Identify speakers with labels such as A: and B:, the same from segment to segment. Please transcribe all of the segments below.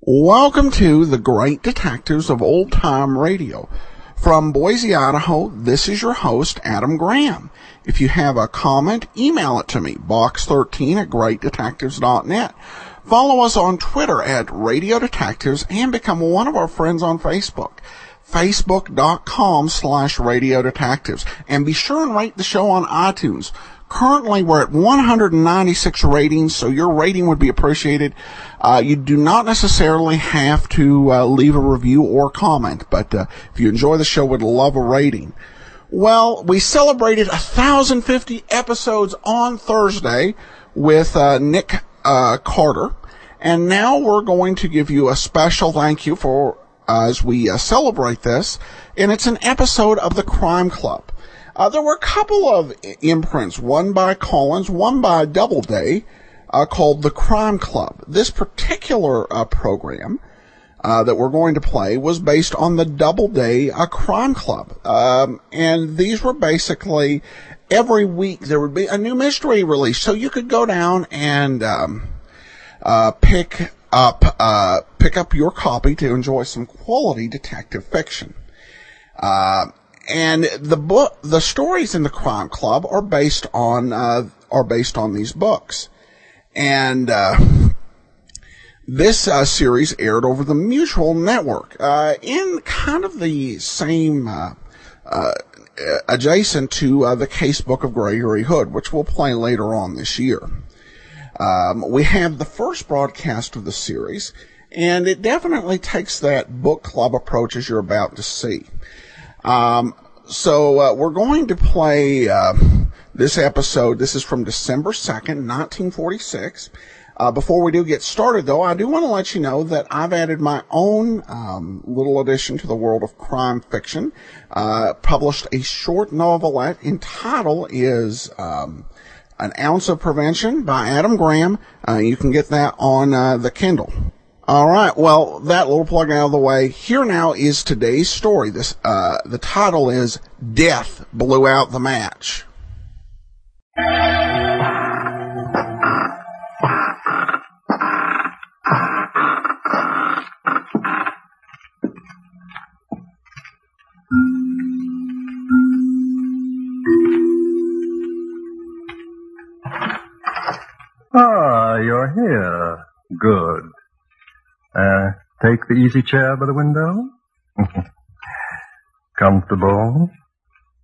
A: Welcome to the Great Detectives of Old Time Radio. From Boise, Idaho, this is your host, Adam Graham. If you have a comment, email it to me, box13 at greatdetectives.net. Follow us on Twitter at Radio Detectives and become one of our friends on Facebook, facebook.com slash Radio Detectives. And be sure and rate the show on iTunes. Currently, we're at 196 ratings, so your rating would be appreciated. Uh, you do not necessarily have to uh, leave a review or comment, but uh, if you enjoy the show, would love a rating. Well, we celebrated 1,050 episodes on Thursday with uh, Nick Carter, and now we're going to give you a special thank you for as we uh, celebrate this, and it's an episode of the Crime Club. Uh, there were a couple of imprints, one by Collins, one by Doubleday, uh, called The Crime Club. This particular uh, program uh, that we're going to play was based on the Doubleday uh, Crime Club. Um, and these were basically every week there would be a new mystery release. So you could go down and um, pick up uh, pick up your copy to enjoy some quality detective fiction Uh, and the book, the stories in the Crime Club are based on uh, are based on these books, and uh, this uh, series aired over the Mutual Network uh, in kind of the same uh, adjacent to uh, the Case Book of Gregory Hood, which we'll play later on this year. Um, we have the first broadcast of the series, and it definitely takes that book club approach as you're about to see. Um, so uh, we're going to play uh, this episode. This is from December 2nd, 1946. Uh, before we do get started, though, I do want to let you know that I've added my own um, little addition to the world of crime fiction. Uh, published a short novelette entitled is um, "An Ounce of Prevention" by Adam Graham. Uh, you can get that on uh, the Kindle. All right. Well, that little plug out of the way. Here now is today's story. This uh, the title is "Death Blew Out the Match."
B: Ah, you're here. Good. Uh, take the easy chair by the window. Comfortable?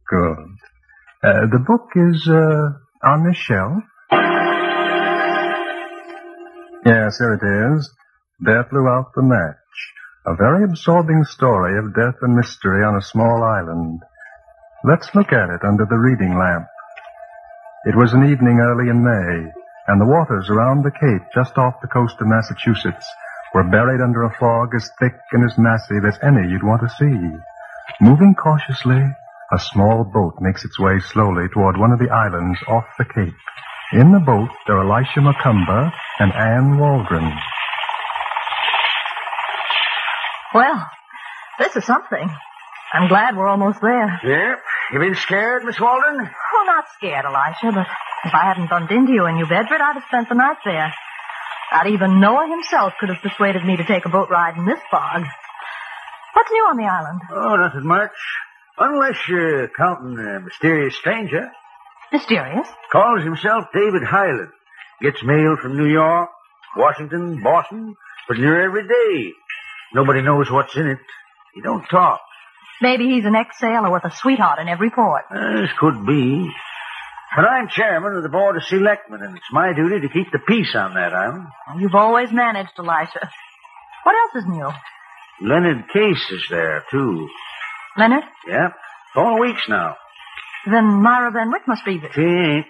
B: Good. Uh, the book is uh, on this shelf. Yes, here it is. Death blew out the match. A very absorbing story of death and mystery on a small island. Let's look at it under the reading lamp. It was an evening early in May, and the waters around the cape just off the coast of Massachusetts were buried under a fog as thick and as massive as any you'd want to see. Moving cautiously, a small boat makes its way slowly toward one of the islands off the cape. In the boat are Elisha McCumber and Anne Waldron.
C: Well, this is something. I'm glad we're almost there.
D: Yep. You been scared, Miss Waldron?
C: Oh, not scared, Elisha, but if I hadn't bumped into you in New Bedford, I'd have spent the night there. Not even Noah himself could have persuaded me to take a boat ride in this fog. What's new on the island?
D: Oh, nothing much. Unless you're counting a mysterious stranger.
C: Mysterious?
D: Calls himself David Highland. Gets mail from New York, Washington, Boston, but near every day. Nobody knows what's in it. He don't talk.
C: Maybe he's an ex-sailor with a sweetheart in every port.
D: Uh, this could be. But I'm chairman of the board of selectmen, and it's my duty to keep the peace on that island.
C: You've always managed, Elisha. What else is new?
D: Leonard Case is there, too.
C: Leonard?
D: Yep. Four weeks now.
C: Then Myra Van Wyck must be there.
D: She ain't.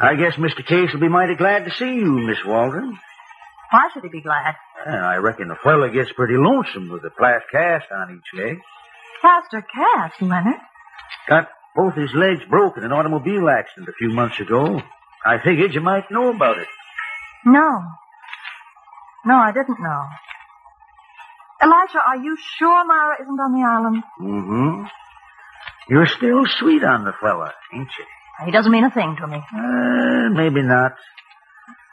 D: I guess Mr. Case will be mighty glad to see you, Miss Waldron.
C: Why should he be glad?
D: And I reckon a fella gets pretty lonesome with a plaster cast on each leg.
C: Plaster cast, Leonard.
D: Got both his legs broke in an automobile accident a few months ago. I figured you might know about it.
C: No. No, I didn't know. Elisha, are you sure Myra isn't on the island?
D: Mm-hmm. You're still sweet on the fella, ain't you?
C: He doesn't mean a thing to me.
D: Uh, maybe not.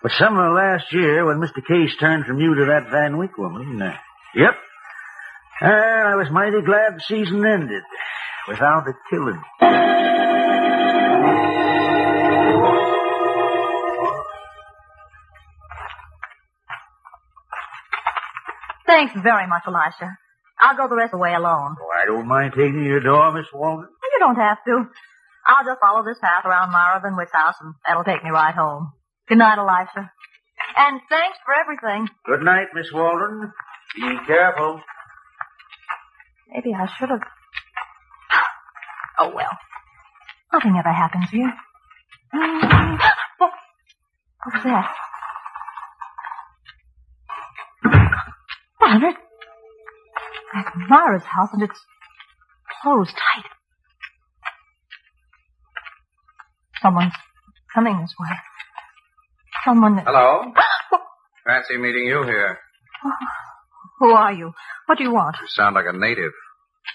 D: But summer last year, when Mr. Case turned from you to that Van Wyck woman, uh, yep, uh, I was mighty glad the season ended without a killing.
C: Thanks very much, Elisha. I'll go the rest of the way alone.
D: Oh, I don't mind taking your door, Miss Walton.
C: You don't have to. I'll just follow this path around Myra Van Wyck's house, and that'll take me right home. Good night, Elisha. And thanks for everything.
D: Good night, Miss Walton. Be careful.
C: Maybe I should have. Oh, well. Nothing ever happens here. What what was that? Leonard? That's Myra's house, and it's closed tight. Someone's coming this way. Someone. that-
E: Hello. Fancy meeting you here.
C: Who are you? What do you want?
E: You sound like a native.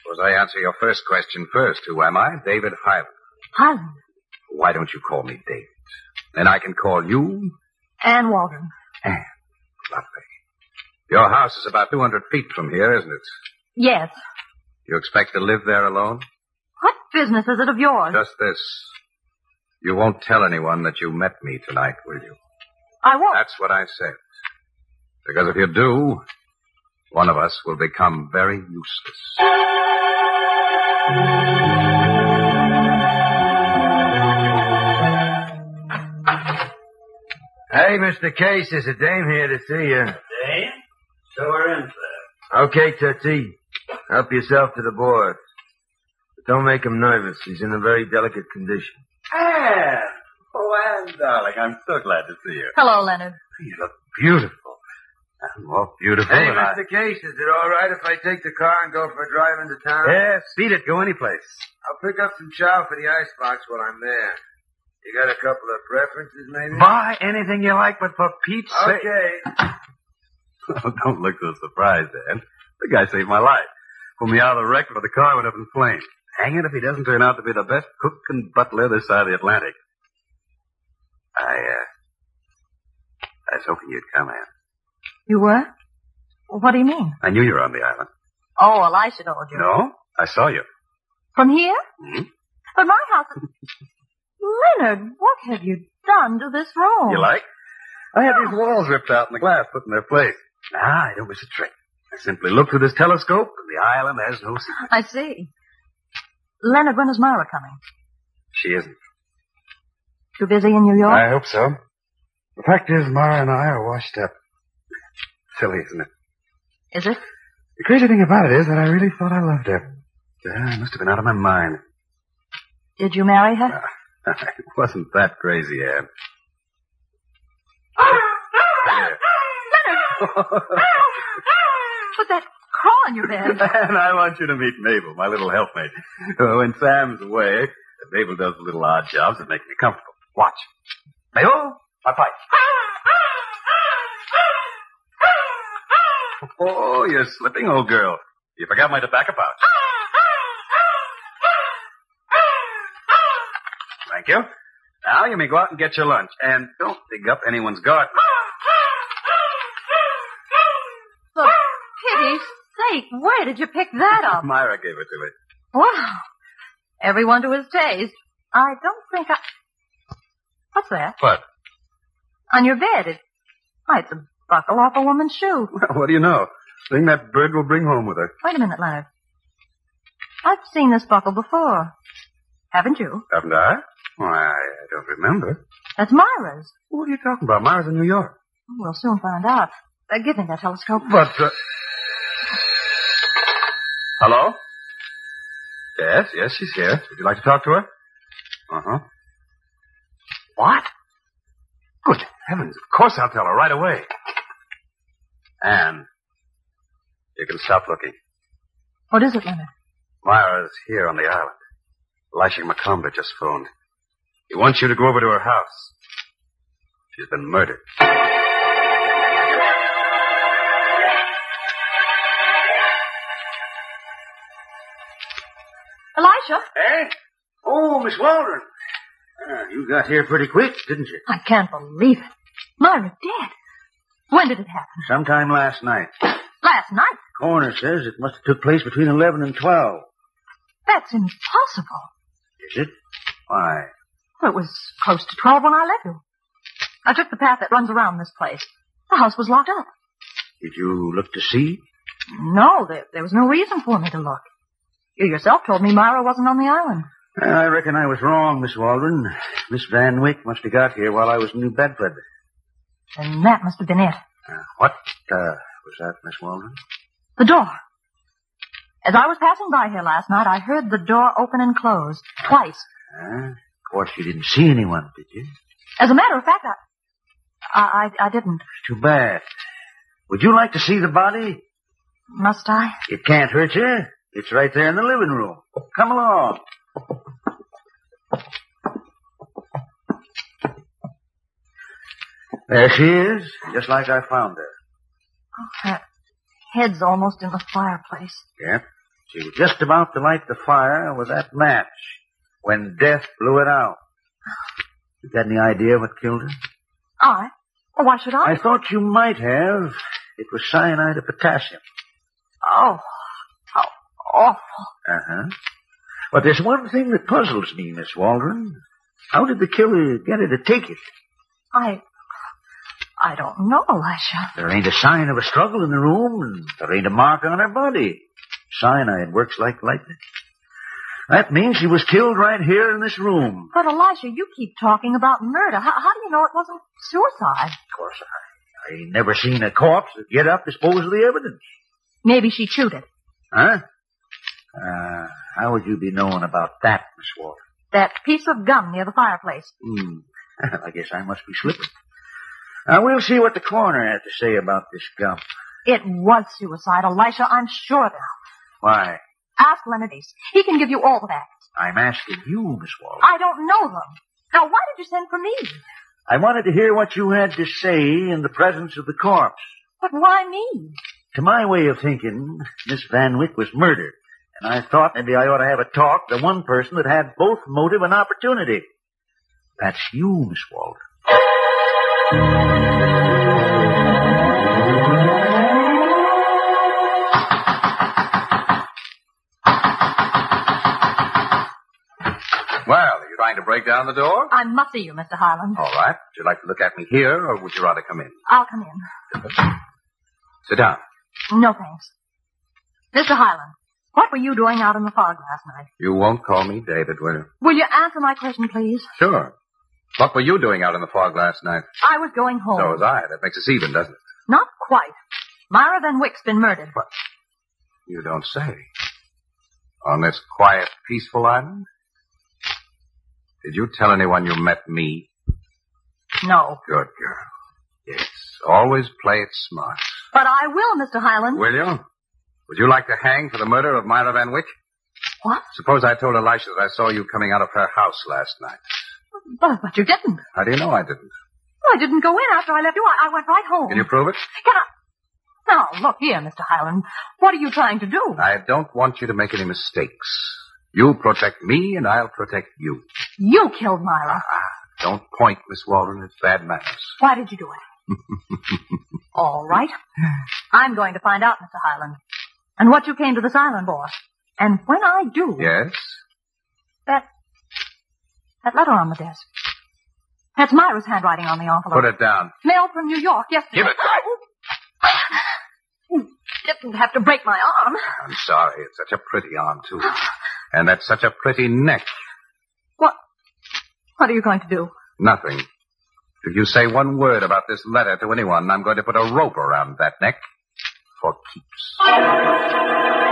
E: Suppose I answer your first question first. Who am I? David Hyland.
C: Highland.
E: Why don't you call me David? Then I can call you
C: Ann Walden.
E: Anne. Lovely. Your house is about 200 feet from here, isn't it?
C: Yes.
E: You expect to live there alone?
C: What business is it of yours?
E: Just this. You won't tell anyone that you met me tonight, will you?
C: I won't.
E: That's what I said. Because if you do, one of us will become very useless.
D: Hey, Mr. Case, there's a dame here to see you. Dame? So we're in for Okay, Tati. Help yourself to the board. But don't make him nervous. He's in a very delicate condition.
F: Anne! Oh, Anne, darling, I'm so glad to see you.
C: Hello, Leonard.
D: You look beautiful. More
B: Oh,
D: beautiful
F: Hey,
D: than I...
F: Mr. Case, is it all right if I take the car and go for a drive into town?
D: Yes, beat it. Go any place.
F: I'll pick up some chow for the icebox while I'm there. You got a couple of preferences, maybe?
D: Buy anything you like, but for Pete's sake.
F: Okay.
E: Oh, don't look so surprised, Ann. The guy saved my life. Pulled me out of the wreck where the car went up in flames. Hang it if he doesn't turn out to be the best cook and butler this side of the Atlantic. I, uh, I was hoping you'd come, Ann.
C: You were? What do you mean?
E: I knew you were on the island.
C: Oh, Elisha told you.
E: No? I saw you.
C: From here?
E: Hmm?
C: But my house is... Leonard, what have you done to this room?
E: You like? I had these walls ripped out and the glass put in their place. Ah, I don't miss a trick. I simply look through this telescope and the island has no secret.
C: I see. Leonard, when is Myra coming?
E: She isn't.
C: Too busy in New York?
E: hope so. The fact is, Mara and I are washed up. Silly, isn't it?
C: Is it?
E: The crazy thing about it is that I really thought I loved her. Yeah, I must have been out of my mind.
C: Did you marry her?
E: it wasn't that crazy, Anne. Yeah.
C: What's that crawl on your bed?
E: and I want you to meet Mabel, my little helpmate. Uh, When Sam's away, Mabel does little odd jobs that make me comfortable. Watch. Mabel, my pipe. Oh, you're slipping, old girl. You forgot my tobacco pouch. Thank you. Now you may go out and get your lunch, and don't dig up anyone's garden.
C: For pity's sake, where did you pick that up?
E: Myra gave it to me.
C: Wow. Everyone to his taste. I don't think I... What's that?
E: What?
C: On your bed. It... Why, it's a buckle off a woman's shoe.
E: Well, what do you know? Thing that bird will bring home with her.
C: Wait a minute, Leonard. I've seen this buckle before. Haven't you?
E: Haven't I? Why, I don't remember.
C: That's Myra's.
E: What are you talking about? Myra's in New York.
C: We'll soon find out. Uh, give me that telescope.
E: But, uh... Hello? Yes, yes, she's here. Would you like to talk to her? Uh-huh. What? Good heavens, of course I'll tell her right away.
B: Anne, you can stop looking.
C: What is it, Leonard?
B: Myra's here on the island. Elisha Macomber just phoned. He wants you to go over to her house. She's been murdered.
C: Elisha?
E: Eh? Oh, Miss Waldron. Ah, you got here pretty quick, didn't you?
C: I can't believe it. Myra dead. When did it happen?
E: Sometime last night.
C: Last night?
E: Coroner says it must have took place between 11 and 12.
C: That's impossible.
E: Is it? Why?
C: Well, it was close to 12 when I left you. I took the path that runs around this place. The house was locked up.
E: Did you look to see?
C: No, there, there was no reason for me to look. You yourself told me Myra wasn't on the island.
E: Well, I reckon I was wrong, Miss Waldron. Miss Van Wyck must have got here while I was in New Bedford.
C: And that must have been it.
E: Uh, what uh, was that, Miss Waldron?
C: The door. As I was passing by here last night, I heard the door open and close twice.
E: Huh? Of course, you didn't see anyone, did you?
C: As a matter of fact, I, I, I, I didn't.
E: Too bad. Would you like to see the body?
C: Must I?
E: It can't hurt you. It's right there in the living room. Come along. There she is, just like I found her.
C: Her head's almost in the fireplace.
E: Yep. She was just about to light the fire with that match when death blew it out. You got any idea what killed her?
C: I? Well, why should I?
E: I thought you might have. It was cyanide of potassium.
C: Oh, how awful.
E: Uh huh. But there's one thing that puzzles me, Miss Waldron. How did the killer get her to take it?
C: I, I don't know, Elisha.
E: There ain't a sign of a struggle in the room, and there ain't a mark on her body. Cyanide works like lightning. That means she was killed right here in this room.
C: But Elisha, you keep talking about murder. How, how do you know it wasn't suicide?
E: Of course, I, I ain't never seen a corpse that get up dispose of the evidence.
C: Maybe she chewed it.
E: Huh? Uh, how would you be knowing about that, Miss Waldron?
C: That piece of gum near the fireplace.
E: Hmm. I guess I must be slipping. Now, we'll see what the coroner had to say about this gum.
C: It was suicide, Elisha. I'm sure of it.
E: Why,
C: Ask Leonidas. He can give you all the facts.
E: I'm asking you, Miss Waldron.
C: I don't know them. Now, why did you send for me?
E: I wanted to hear what you had to say in the presence of the corpse.
C: But why me?
E: To my way of thinking, Miss Van Wyck was murdered. And I thought maybe I ought to have a talk to one person that had both motive and opportunity. That's you, Miss Waldron.
B: Well, are you trying to break down the door?
C: I must see you, Mr. Highland.
B: All right. Would you like to look at me here, or would you rather come in?
C: I'll come in.
B: Sit down.
C: No thanks. Mr. Highland, what were you doing out in the fog last night?
B: You won't call me David, will you?
C: Will you answer my question, please?
B: Sure. What were you doing out in the fog last night?
C: I was going home.
E: Oh.
B: So was I. That makes us even, doesn't it?
C: Not quite. Myra Van Wyck's been murdered.
B: You don't say. On this quiet, peaceful island? Did you tell anyone you met me?
C: No.
B: Good girl. Yes. Always play it smart.
C: But I will, Mr. Highland.
B: Will you? Would you like to hang for the murder of Myra Van Wyck?
C: What?
B: Suppose I told Elisha that I saw you coming out of her house last night.
C: But, but you didn't.
B: How do you know I didn't?
C: I didn't go in after I left you. I, I went right home.
B: Can you prove it?
C: Can I... Now, look here, Mr. Highland. What are you trying to do?
B: I don't want you to make any mistakes. You protect me, and I'll protect you.
C: You killed Myra.
B: Don't point, Miss Waldron. It's bad manners.
C: Why did you do it? All right. I'm going to find out, Mr. Highland, and what you came to this island for. And when I do,
B: Yes?
C: that that letter on the desk. That's Myra's handwriting on the envelope.
B: Put it down.
C: Mail from New York yesterday.
B: Give it.
C: You didn't have to break my arm.
B: I'm sorry. It's such a pretty arm, too. And that's such a pretty neck.
C: What? What are you going to do?
B: Nothing. If you say one word about this letter to anyone, I'm going to put a rope around that neck for keeps.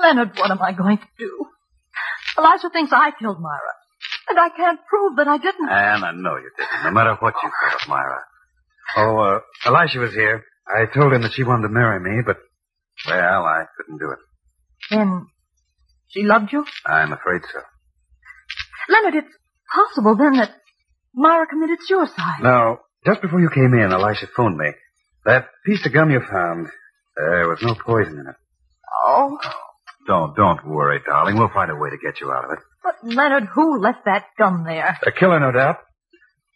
C: Leonard, what am I going to do? Eliza thinks I killed Myra. and I can't prove that I didn't.
E: And I know you didn't, no matter what you thought of Myra. Oh, uh, Elisha was here. I told him that she wanted to marry me, but, well, I couldn't do it.
C: Then she loved you?
E: I'm afraid so.
C: Leonard, it's possible then that Myra committed suicide.
E: Now, just before you came in, Elisha phoned me. That piece of gum you found, there was no poison in it.
C: Oh,
E: Don't, don't worry, darling. We'll find a way to get you out of it.
C: but Leonard, who left that gun there?
E: A killer, no doubt.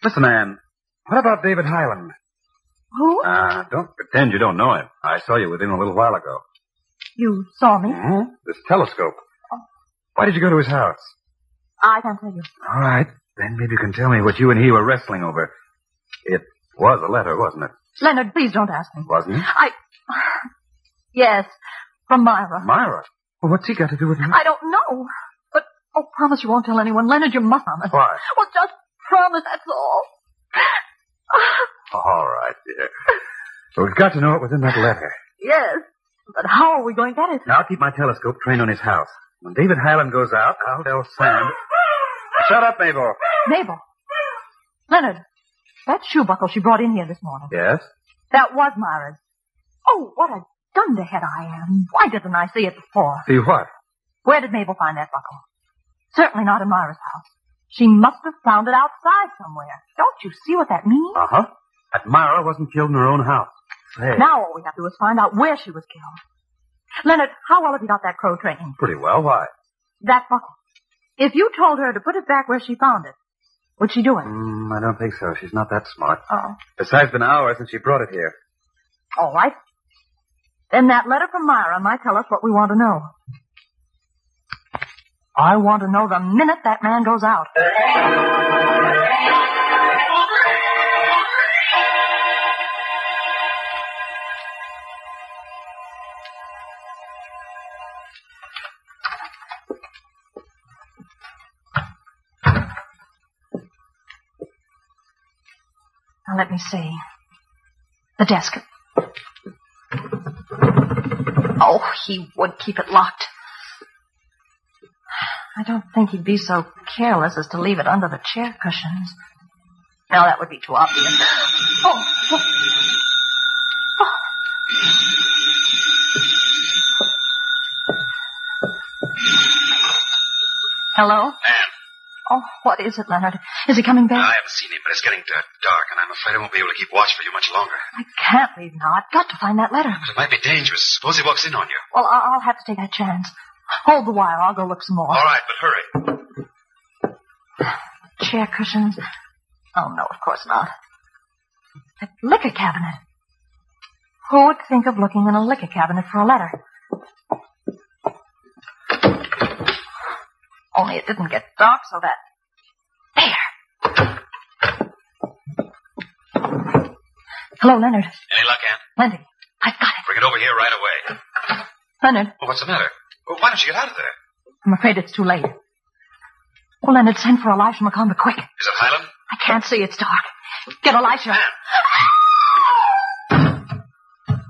E: Listen, Anne, what about David Highland?
C: Who?
E: Ah, don't pretend you don't know him. I saw you with him a little while ago.
C: You saw me?
E: Hmm? This telescope. Why did you go to his house?
C: I can't tell you.
E: All right. Then maybe you can tell me what you and he were wrestling over. It was a letter, wasn't it?
C: Leonard, please don't ask me.
E: Wasn't it?
C: I. Yes, from Myra.
E: Myra. Well, what's he got to do with me?
C: I don't know. But, oh, promise you won't tell anyone. Leonard, you must promise.
E: Why?
C: Well, just promise, that's all.
E: All right, dear. But we've got to know what was in that letter.
C: Yes. But how are we going to get it?
E: Now, I'll keep my telescope trained on his house. When David Highland goes out, I'll tell Sam. Shut up, Mabel.
C: Mabel. Leonard, that shoe buckle she brought in here this morning,
E: Yes?
C: that was Myra's. Oh, what a dunderhead I am. Why didn't I see it before?
E: See what?
C: Where did Mabel find that buckle? Certainly not in Myra's house. She must have found it outside somewhere. Don't you see what that means?
E: Uh huh. That Myra wasn't killed in her own house. Hey.
C: Now all we have to do is find out where she was killed. Leonard, how well have you got that crow trained?
E: Pretty well. Why?
C: That buckle. If you told her to put it back where she found it, would she do it?
E: Mm, I don't think so. She's not that smart.
C: Oh.
E: Besides, it's been an hour since she brought it here.
C: All right. Then that letter from Myra might tell us what we want to know. I want to know the minute that man goes out. Now let me see. The desk. Oh, he would keep it locked. I don't think he'd be so careless as to leave it under the chair cushions. Now that would be too obvious. Oh, oh. Oh. Hello? Oh, what is it, Leonard? Is he coming back?
G: I haven't seen him, but it's getting da- dark, and I'm afraid I won't be able to keep watch for you much longer.
C: I can't leave now. I've got to find that letter.
G: But it might be dangerous. Suppose he walks in on you.
C: Well, I- I'll have to take that chance. Hold the wire. I'll go look some more.
G: All right, but hurry.
C: Chair cushions. Oh, no, of course not. That liquor cabinet. Who would think of looking in a liquor cabinet for a letter? Only it didn't get dark, so that. There! Hello, Leonard.
G: Any luck, Ann?
C: Plenty. I've got it.
G: Bring it over here right away.
C: Leonard,
G: Well, what's the matter? Well, why don't you get out of there?
C: I'm afraid it's too late. Oh, Leonard, send for Elisha McComber quick.
G: Is it Highland?
C: I can't see. It's dark. Get Elisha.
G: Ann! Ann!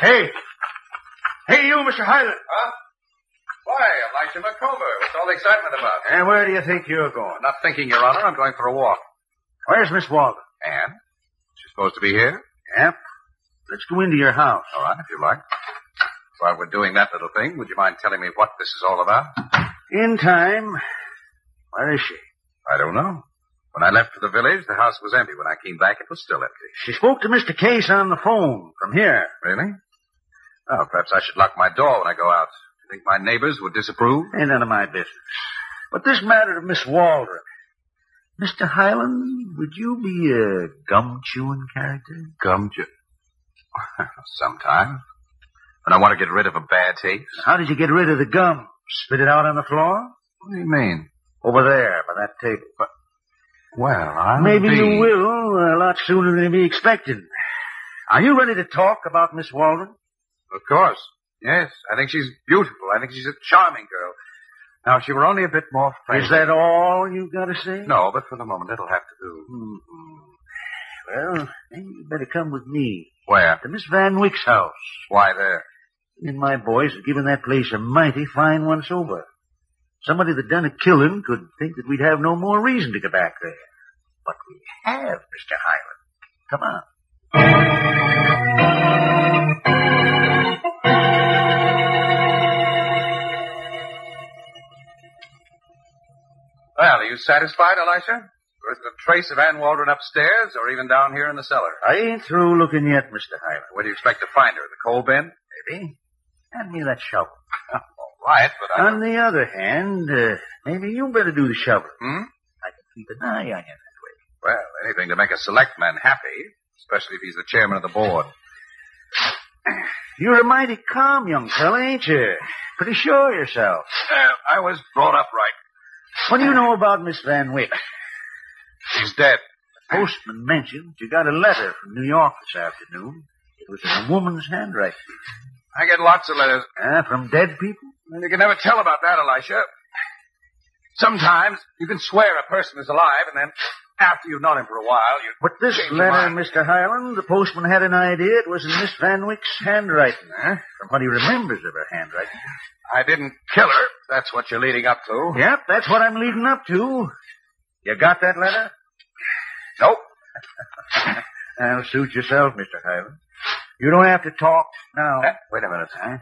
D: Hey. Hey, you, Mr. Highland.
F: Why, Elisha McComber? What's all the excitement about?
D: And where do you think you're going?
F: Not thinking, Your Honor. I'm going for a walk.
D: Where's Miss Walden?
F: And? She's supposed to be here?
D: Yep. Let's go into your house.
F: All right, if you like. While we're doing that little thing, would you mind telling me what this is all about?
D: In time. Where is she?
F: I don't know. When I left for the village, the house was empty. When I came back, it was still empty.
D: She spoke to Mr. Case on the phone from here.
F: Really? Oh, perhaps I should lock my door when I go out. Do you think my neighbors would disapprove?
D: Ain't none of my business. But this matter of Miss Waldron. Mr. Highland, would you be a gum-chewing character?
F: Gum ju- Sometimes. When I want to get rid of a bad taste.
D: How did you get rid of the gum? Spit it out on the floor?
F: What do you mean?
D: Over there, by that table. But
F: Well, I
D: maybe
F: be...
D: you will a lot sooner than we expected. Are you ready to talk about Miss Waldron?
F: Of course.
E: Yes, I think she's beautiful. I think she's a charming girl. Now, if she were only a bit more friendly.
D: Is that all you've got to say?
E: No, but for the moment, it'll have to do.
D: mm Well, maybe you better come with me
E: Where?
D: to Miss Van Wyck's house.
E: Why, there.
D: And my boys have given that place a mighty fine once over. Somebody that done a killing could think that we'd have no more reason to go back there. But we have, Mr. Highland. Come on.
E: Well, are you satisfied, Elisha? There isn't a trace of Ann Waldron upstairs or even down here in the cellar.
D: I ain't through looking yet, Mr. Highland.
E: Where do you expect to find her? The coal bin?
D: Maybe. Hand me that shovel.
E: All right, but I...
D: On the other hand, uh, maybe you better do the shoveling.
E: Hmm?
D: I can keep an eye on you that way.
E: Well, anything to make a select man happy, especially if he's the chairman of the board.
D: You're a mighty calm young fella, ain't you? Pretty sure of yourself.
E: Uh, I was brought up right.
D: What do you know about Miss Van Wyck?
E: She's dead.
D: postman mentioned you got a letter from New York this afternoon. It was in a woman's handwriting.
E: I get lots of letters.
D: Ah, from dead people?
E: You can never tell about that, Elisha. Sometimes you can swear a person is alive, and then after you've known him for a while, you.
D: But this
E: Change your
D: letter,
E: mind.
D: Mr. Highland, the postman had an idea it was in Miss Van Wyck's handwriting, huh? From what he remembers of her handwriting.
E: I didn't kill her. That's what you're leading up to.
D: Yep, that's what I'm leading up to. You got that letter?
E: Nope.
D: Now, suit yourself, Mr. Highland. You don't have to talk now.
E: Uh, wait a minute. Huh?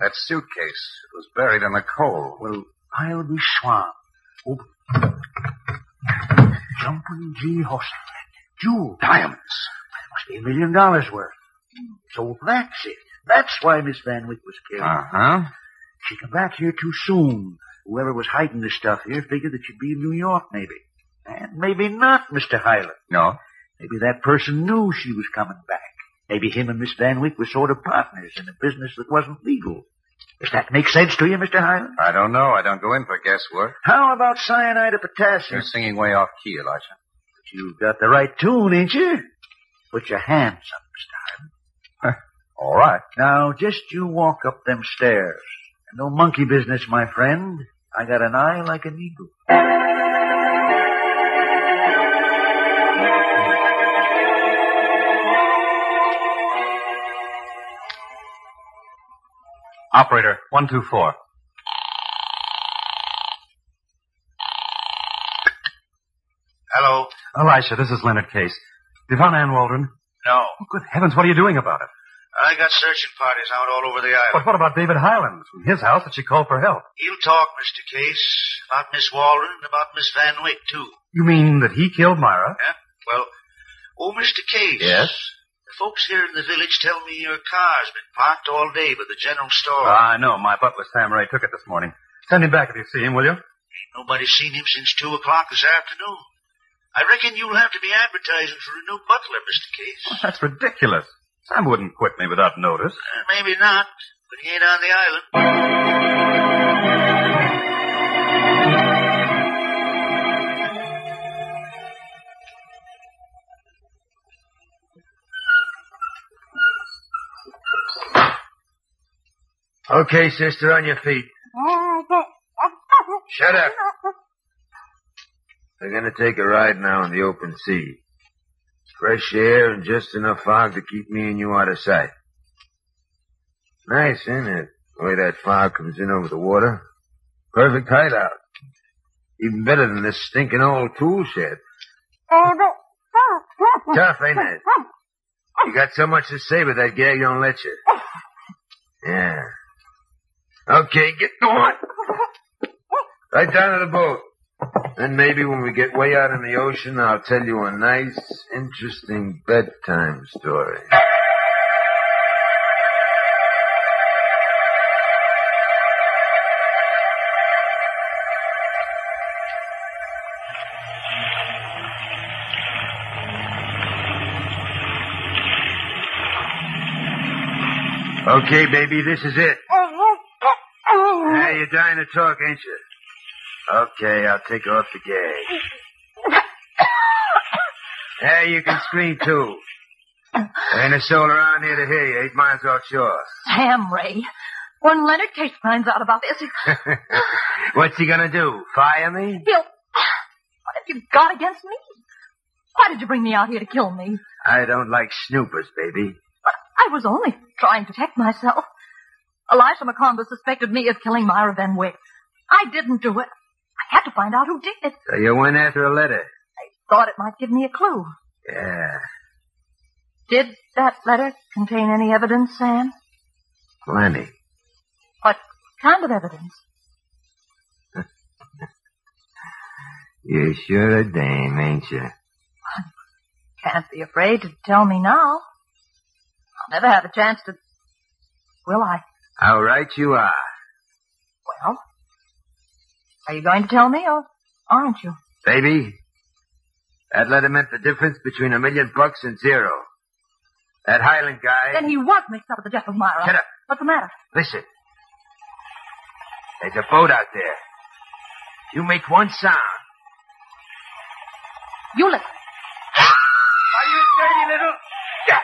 E: That suitcase it was buried in the coal.
D: Well, I'll be swan. Open. Jumping G. Hostel. Jewel. Diamonds. That must be a million dollars worth. So that's it. That's why Miss Van Wyck was killed.
E: huh.
D: She came back here too soon. Whoever was hiding this stuff here figured that she'd be in New York, maybe. And maybe not, Mr. Highland.
E: No.
D: Maybe that person knew she was coming back. Maybe him and Miss Van Wyck were sort of partners in a business that wasn't legal. Does that make sense to you, Mr. Highland?
E: I don't know. I don't go in for guesswork.
D: How about cyanide of potassium?
E: You're singing way off key, Elisha.
D: You've got the right tune, ain't you? Put your hands up,
E: All right.
D: Mr. Now, just you walk up them stairs. And no monkey business, my friend. I got an eye like an eagle.
E: Operator, one two four.
G: Hello?
E: Elisha, this is Leonard Case. You found Ann Waldron?
G: No.
E: Oh, good heavens, what are you doing about it?
G: I got searching parties out all over the island.
E: But what about David Highland? It was from his house that she called for help.
G: You talk, Mr. Case, about Miss Walden and about Miss Van Wyck, too.
E: You mean that he killed Myra?
G: Yeah? Well, oh, Mr. Case. The folks here in the village tell me your car's been parked all day by the general store.
E: Oh, I know. My butler, Sam Ray, took it this morning. Send him back if you see him, will you?
G: Nobody's seen him since two o'clock this afternoon. I reckon you'll have to be advertising for a new butler, Mr. Case.
E: Oh, That's ridiculous. Sam wouldn't quit me without notice.
G: Uh, maybe not, but he ain't on the island.
D: Okay, sister, on your feet.
F: Shut up. They're gonna take a ride now in the open sea. Fresh air and just enough fog to keep me and you out of sight. Nice, isn't it? The way that fog comes in over the water. Perfect hideout. Even better than this stinking old tool shed. Tough, ain't it? You got so much to say, but that gag don't let you. Yeah. Okay, get going. Right down to the boat. Then maybe when we get way out in the ocean, I'll tell you a nice, interesting bedtime story. Okay, baby, this is it. Hey, you're dying to talk, ain't you? Okay, I'll take off the gag. hey, you can scream too. Ain't a soul around here to hear you. Eight miles offshore.
C: Damn, Ray. When Leonard Case finds out about this, he-
F: What's he gonna do? Fire me?
C: he'll... What have you got against me? Why did you bring me out here to kill me?
F: I don't like snoopers, baby.
C: I was only trying to protect myself. Elisha McConville suspected me of killing Myra Van Wyck. I didn't do it. I had to find out who did it.
F: So you went after a letter.
C: Thought it might give me a clue.
F: Yeah.
C: Did that letter contain any evidence, Sam?
F: Plenty.
C: What kind of evidence?
F: You're sure a dame, ain't you?
C: Can't be afraid to tell me now. I'll never have a chance to. Will I?
F: How right you are.
C: Well, are you going to tell me, or aren't you?
F: Baby, that letter meant the difference between a million bucks and zero. That Highland guy.
C: Then he was mixed up with the death of Myra.
F: Shut up.
C: What's the matter?
F: Listen. There's a boat out there. You make one sound.
C: You listen.
F: Are you dirty little? Yeah.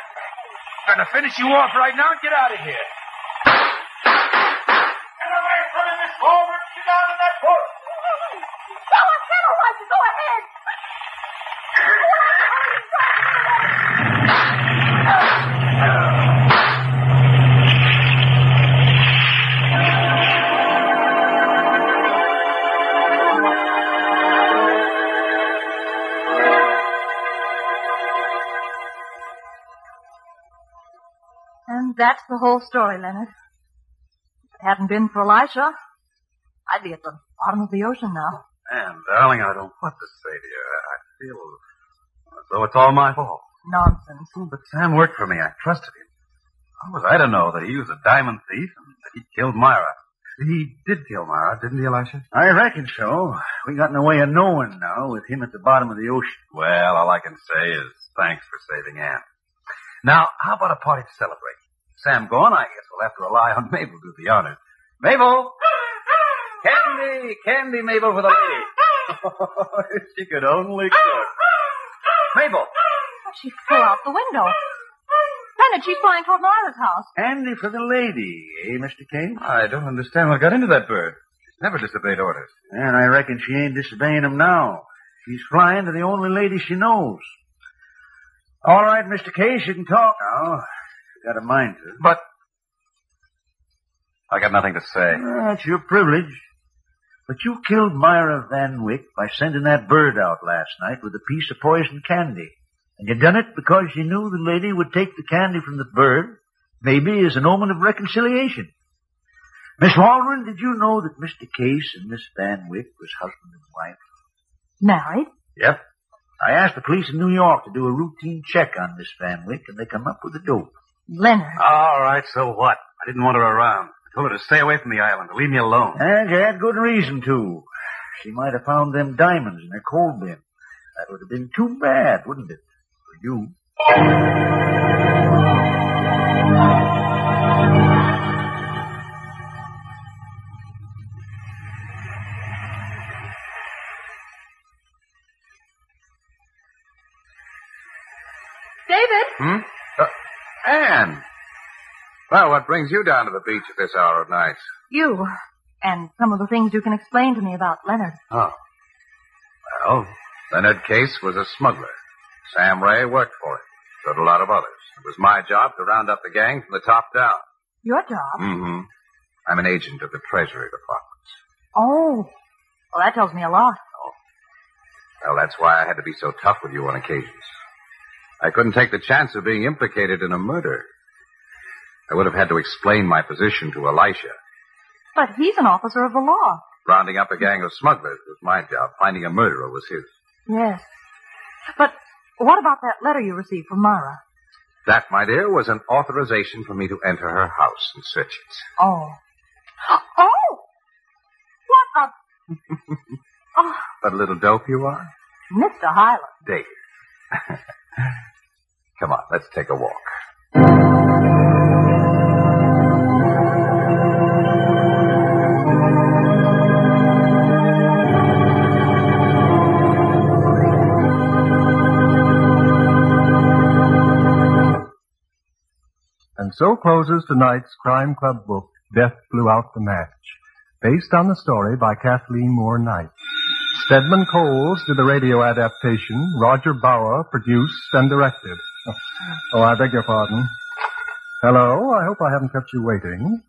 F: I'm gonna finish you off right now and get out of here.
G: Get away from him, Miss Coleman! Get out of that boat!
C: No, I said all right to go ahead. And that's the whole story, Leonard. If it hadn't been for Elisha, I'd be at the bottom of the ocean now.
E: And, darling, I don't want to say to you. I I feel as though it's all my fault.
C: Nonsense.
E: Oh, But Sam worked for me. I trusted him. How was I to know that he was a diamond thief and that he killed Myra? He did kill Myra, didn't he, Elisha?
D: I reckon so. We got in the way of knowing now with him at the bottom of the ocean.
E: Well, all I can say is thanks for saving Anne. Now, how about a party to celebrate? Sam gone, I guess we'll have to rely on Mabel to do the honors. Mabel! Candy! Candy Mabel for the lady. if she could only cook. Mabel!
C: She fell out the window. Leonard, she's flying toward Myra's house.
D: Handy for the lady, eh, Mr. Case?
E: I don't understand what got into that bird. She's never disobeyed orders.
D: And I reckon she ain't disobeying him now. She's flying to the only lady she knows. All right, Mr. Case, you can talk now. Got a mind to.
E: But I got nothing to say.
D: That's your privilege. But you killed Myra Van Wyck by sending that bird out last night with a piece of poisoned candy. And you done it because you knew the lady would take the candy from the bird, maybe as an omen of reconciliation. Miss Waldron, did you know that Mr. Case and Miss Van Wyck was husband and wife?
C: Married?
D: Yep. I asked the police in New York to do a routine check on Miss Van Wyck, and they come up with a dope.
C: Leonard.
E: All right, so what? I didn't want her around. I told her to stay away from the island, to leave me alone.
D: And she had good reason to. She might have found them diamonds in her coal bin. That would have been too bad, wouldn't it? For you.
C: David!
E: Hmm? Uh, Anne! Well, what brings you down to the beach at this hour of night?
C: You. And some of the things you can explain to me about Leonard.
E: Oh. Well, Leonard Case was a smuggler. Sam Ray worked for him. So did a lot of others. It was my job to round up the gang from the top down.
C: Your job?
E: Mm-hmm. I'm an agent of the Treasury Department.
C: Oh. Well, that tells me a lot.
E: Well, that's why I had to be so tough with you on occasions. I couldn't take the chance of being implicated in a murder. I would have had to explain my position to Elisha.
C: But he's an officer of the law.
E: Rounding up a gang of smugglers was my job. Finding a murderer was his.
C: Yes. But what about that letter you received from Myra?
E: That, my dear, was an authorization for me to enter her house and search it.
C: Oh. Oh! What a... oh,
E: What a little dope you are,
C: Mr. Hyland.
E: David. Come on, let's take a walk.
B: so closes tonight's Crime Club book, Death Blew Out the Match, based on the story by Kathleen Moore Knight. Stedman Coles did the radio adaptation, Roger Bauer produced and directed. Oh, I beg your pardon. Hello, I hope I haven't kept you waiting.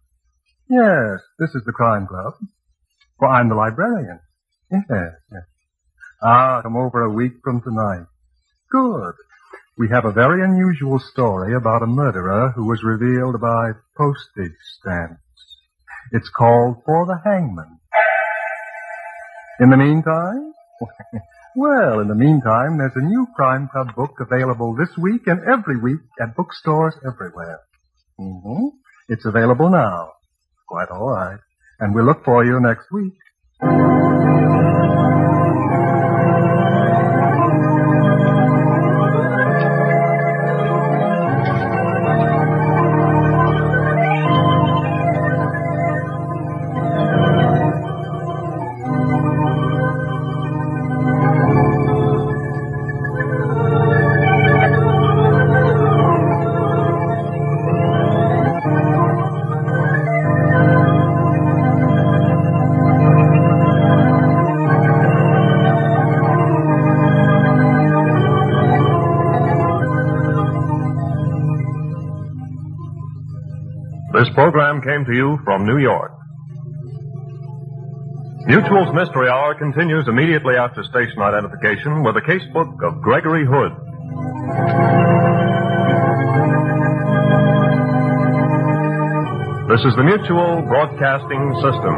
B: Yes, this is the Crime Club. Well, I'm the librarian. Yes, yes. Ah, come over a week from tonight. Good. We have a very unusual story about a murderer who was revealed by postage stamps. It's called For the Hangman. In the meantime? well, in the meantime, there's a new Crime Club book available this week and every week at bookstores everywhere. hmm It's available now. Quite all right. And we'll look for you next week.
H: This program came to you from New York. Mutual's Mystery Hour continues immediately after station identification with a casebook of Gregory Hood. This is the Mutual Broadcasting System.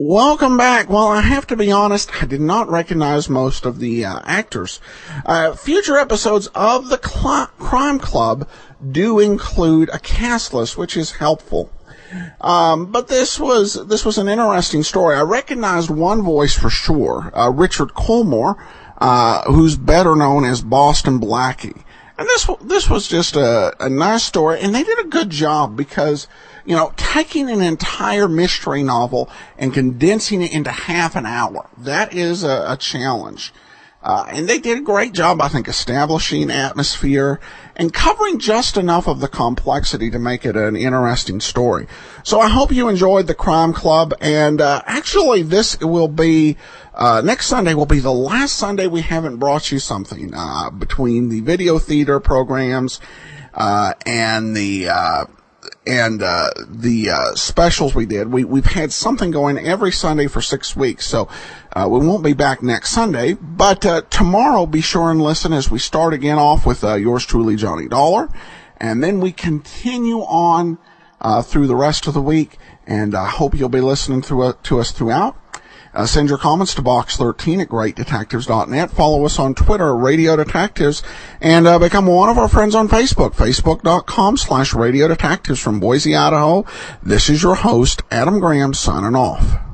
A: Welcome back. Well, I have to be honest, I did not recognize most of the uh, actors. Uh, future episodes of the Cl- Crime Club do include a cast list, which is helpful. Um, but this was this was an interesting story. I recognized one voice for sure, uh, Richard Colmore, uh, who's better known as Boston Blackie. And this w- this was just a, a nice story, and they did a good job because you know taking an entire mystery novel and condensing it into half an hour that is a, a challenge. Uh, and they did a great job, I think, establishing atmosphere and covering just enough of the complexity to make it an interesting story. So I hope you enjoyed the Crime Club. And uh, actually, this will be uh, next Sunday will be the last Sunday we haven't brought you something uh, between the video theater programs uh, and the. Uh, and uh, the uh, specials we did. We, we've had something going every Sunday for six weeks, so uh, we won't be back next Sunday. But uh, tomorrow, be sure and listen as we start again off with uh, yours truly, Johnny Dollar, and then we continue on uh, through the rest of the week. And I hope you'll be listening through, uh, to us throughout. Uh, send your comments to box13 at greatdetectives.net. Follow us on Twitter, Radio Detectives, and uh, become one of our friends on Facebook, facebook.com slash Radio Detectives from Boise, Idaho. This is your host, Adam Graham, signing off.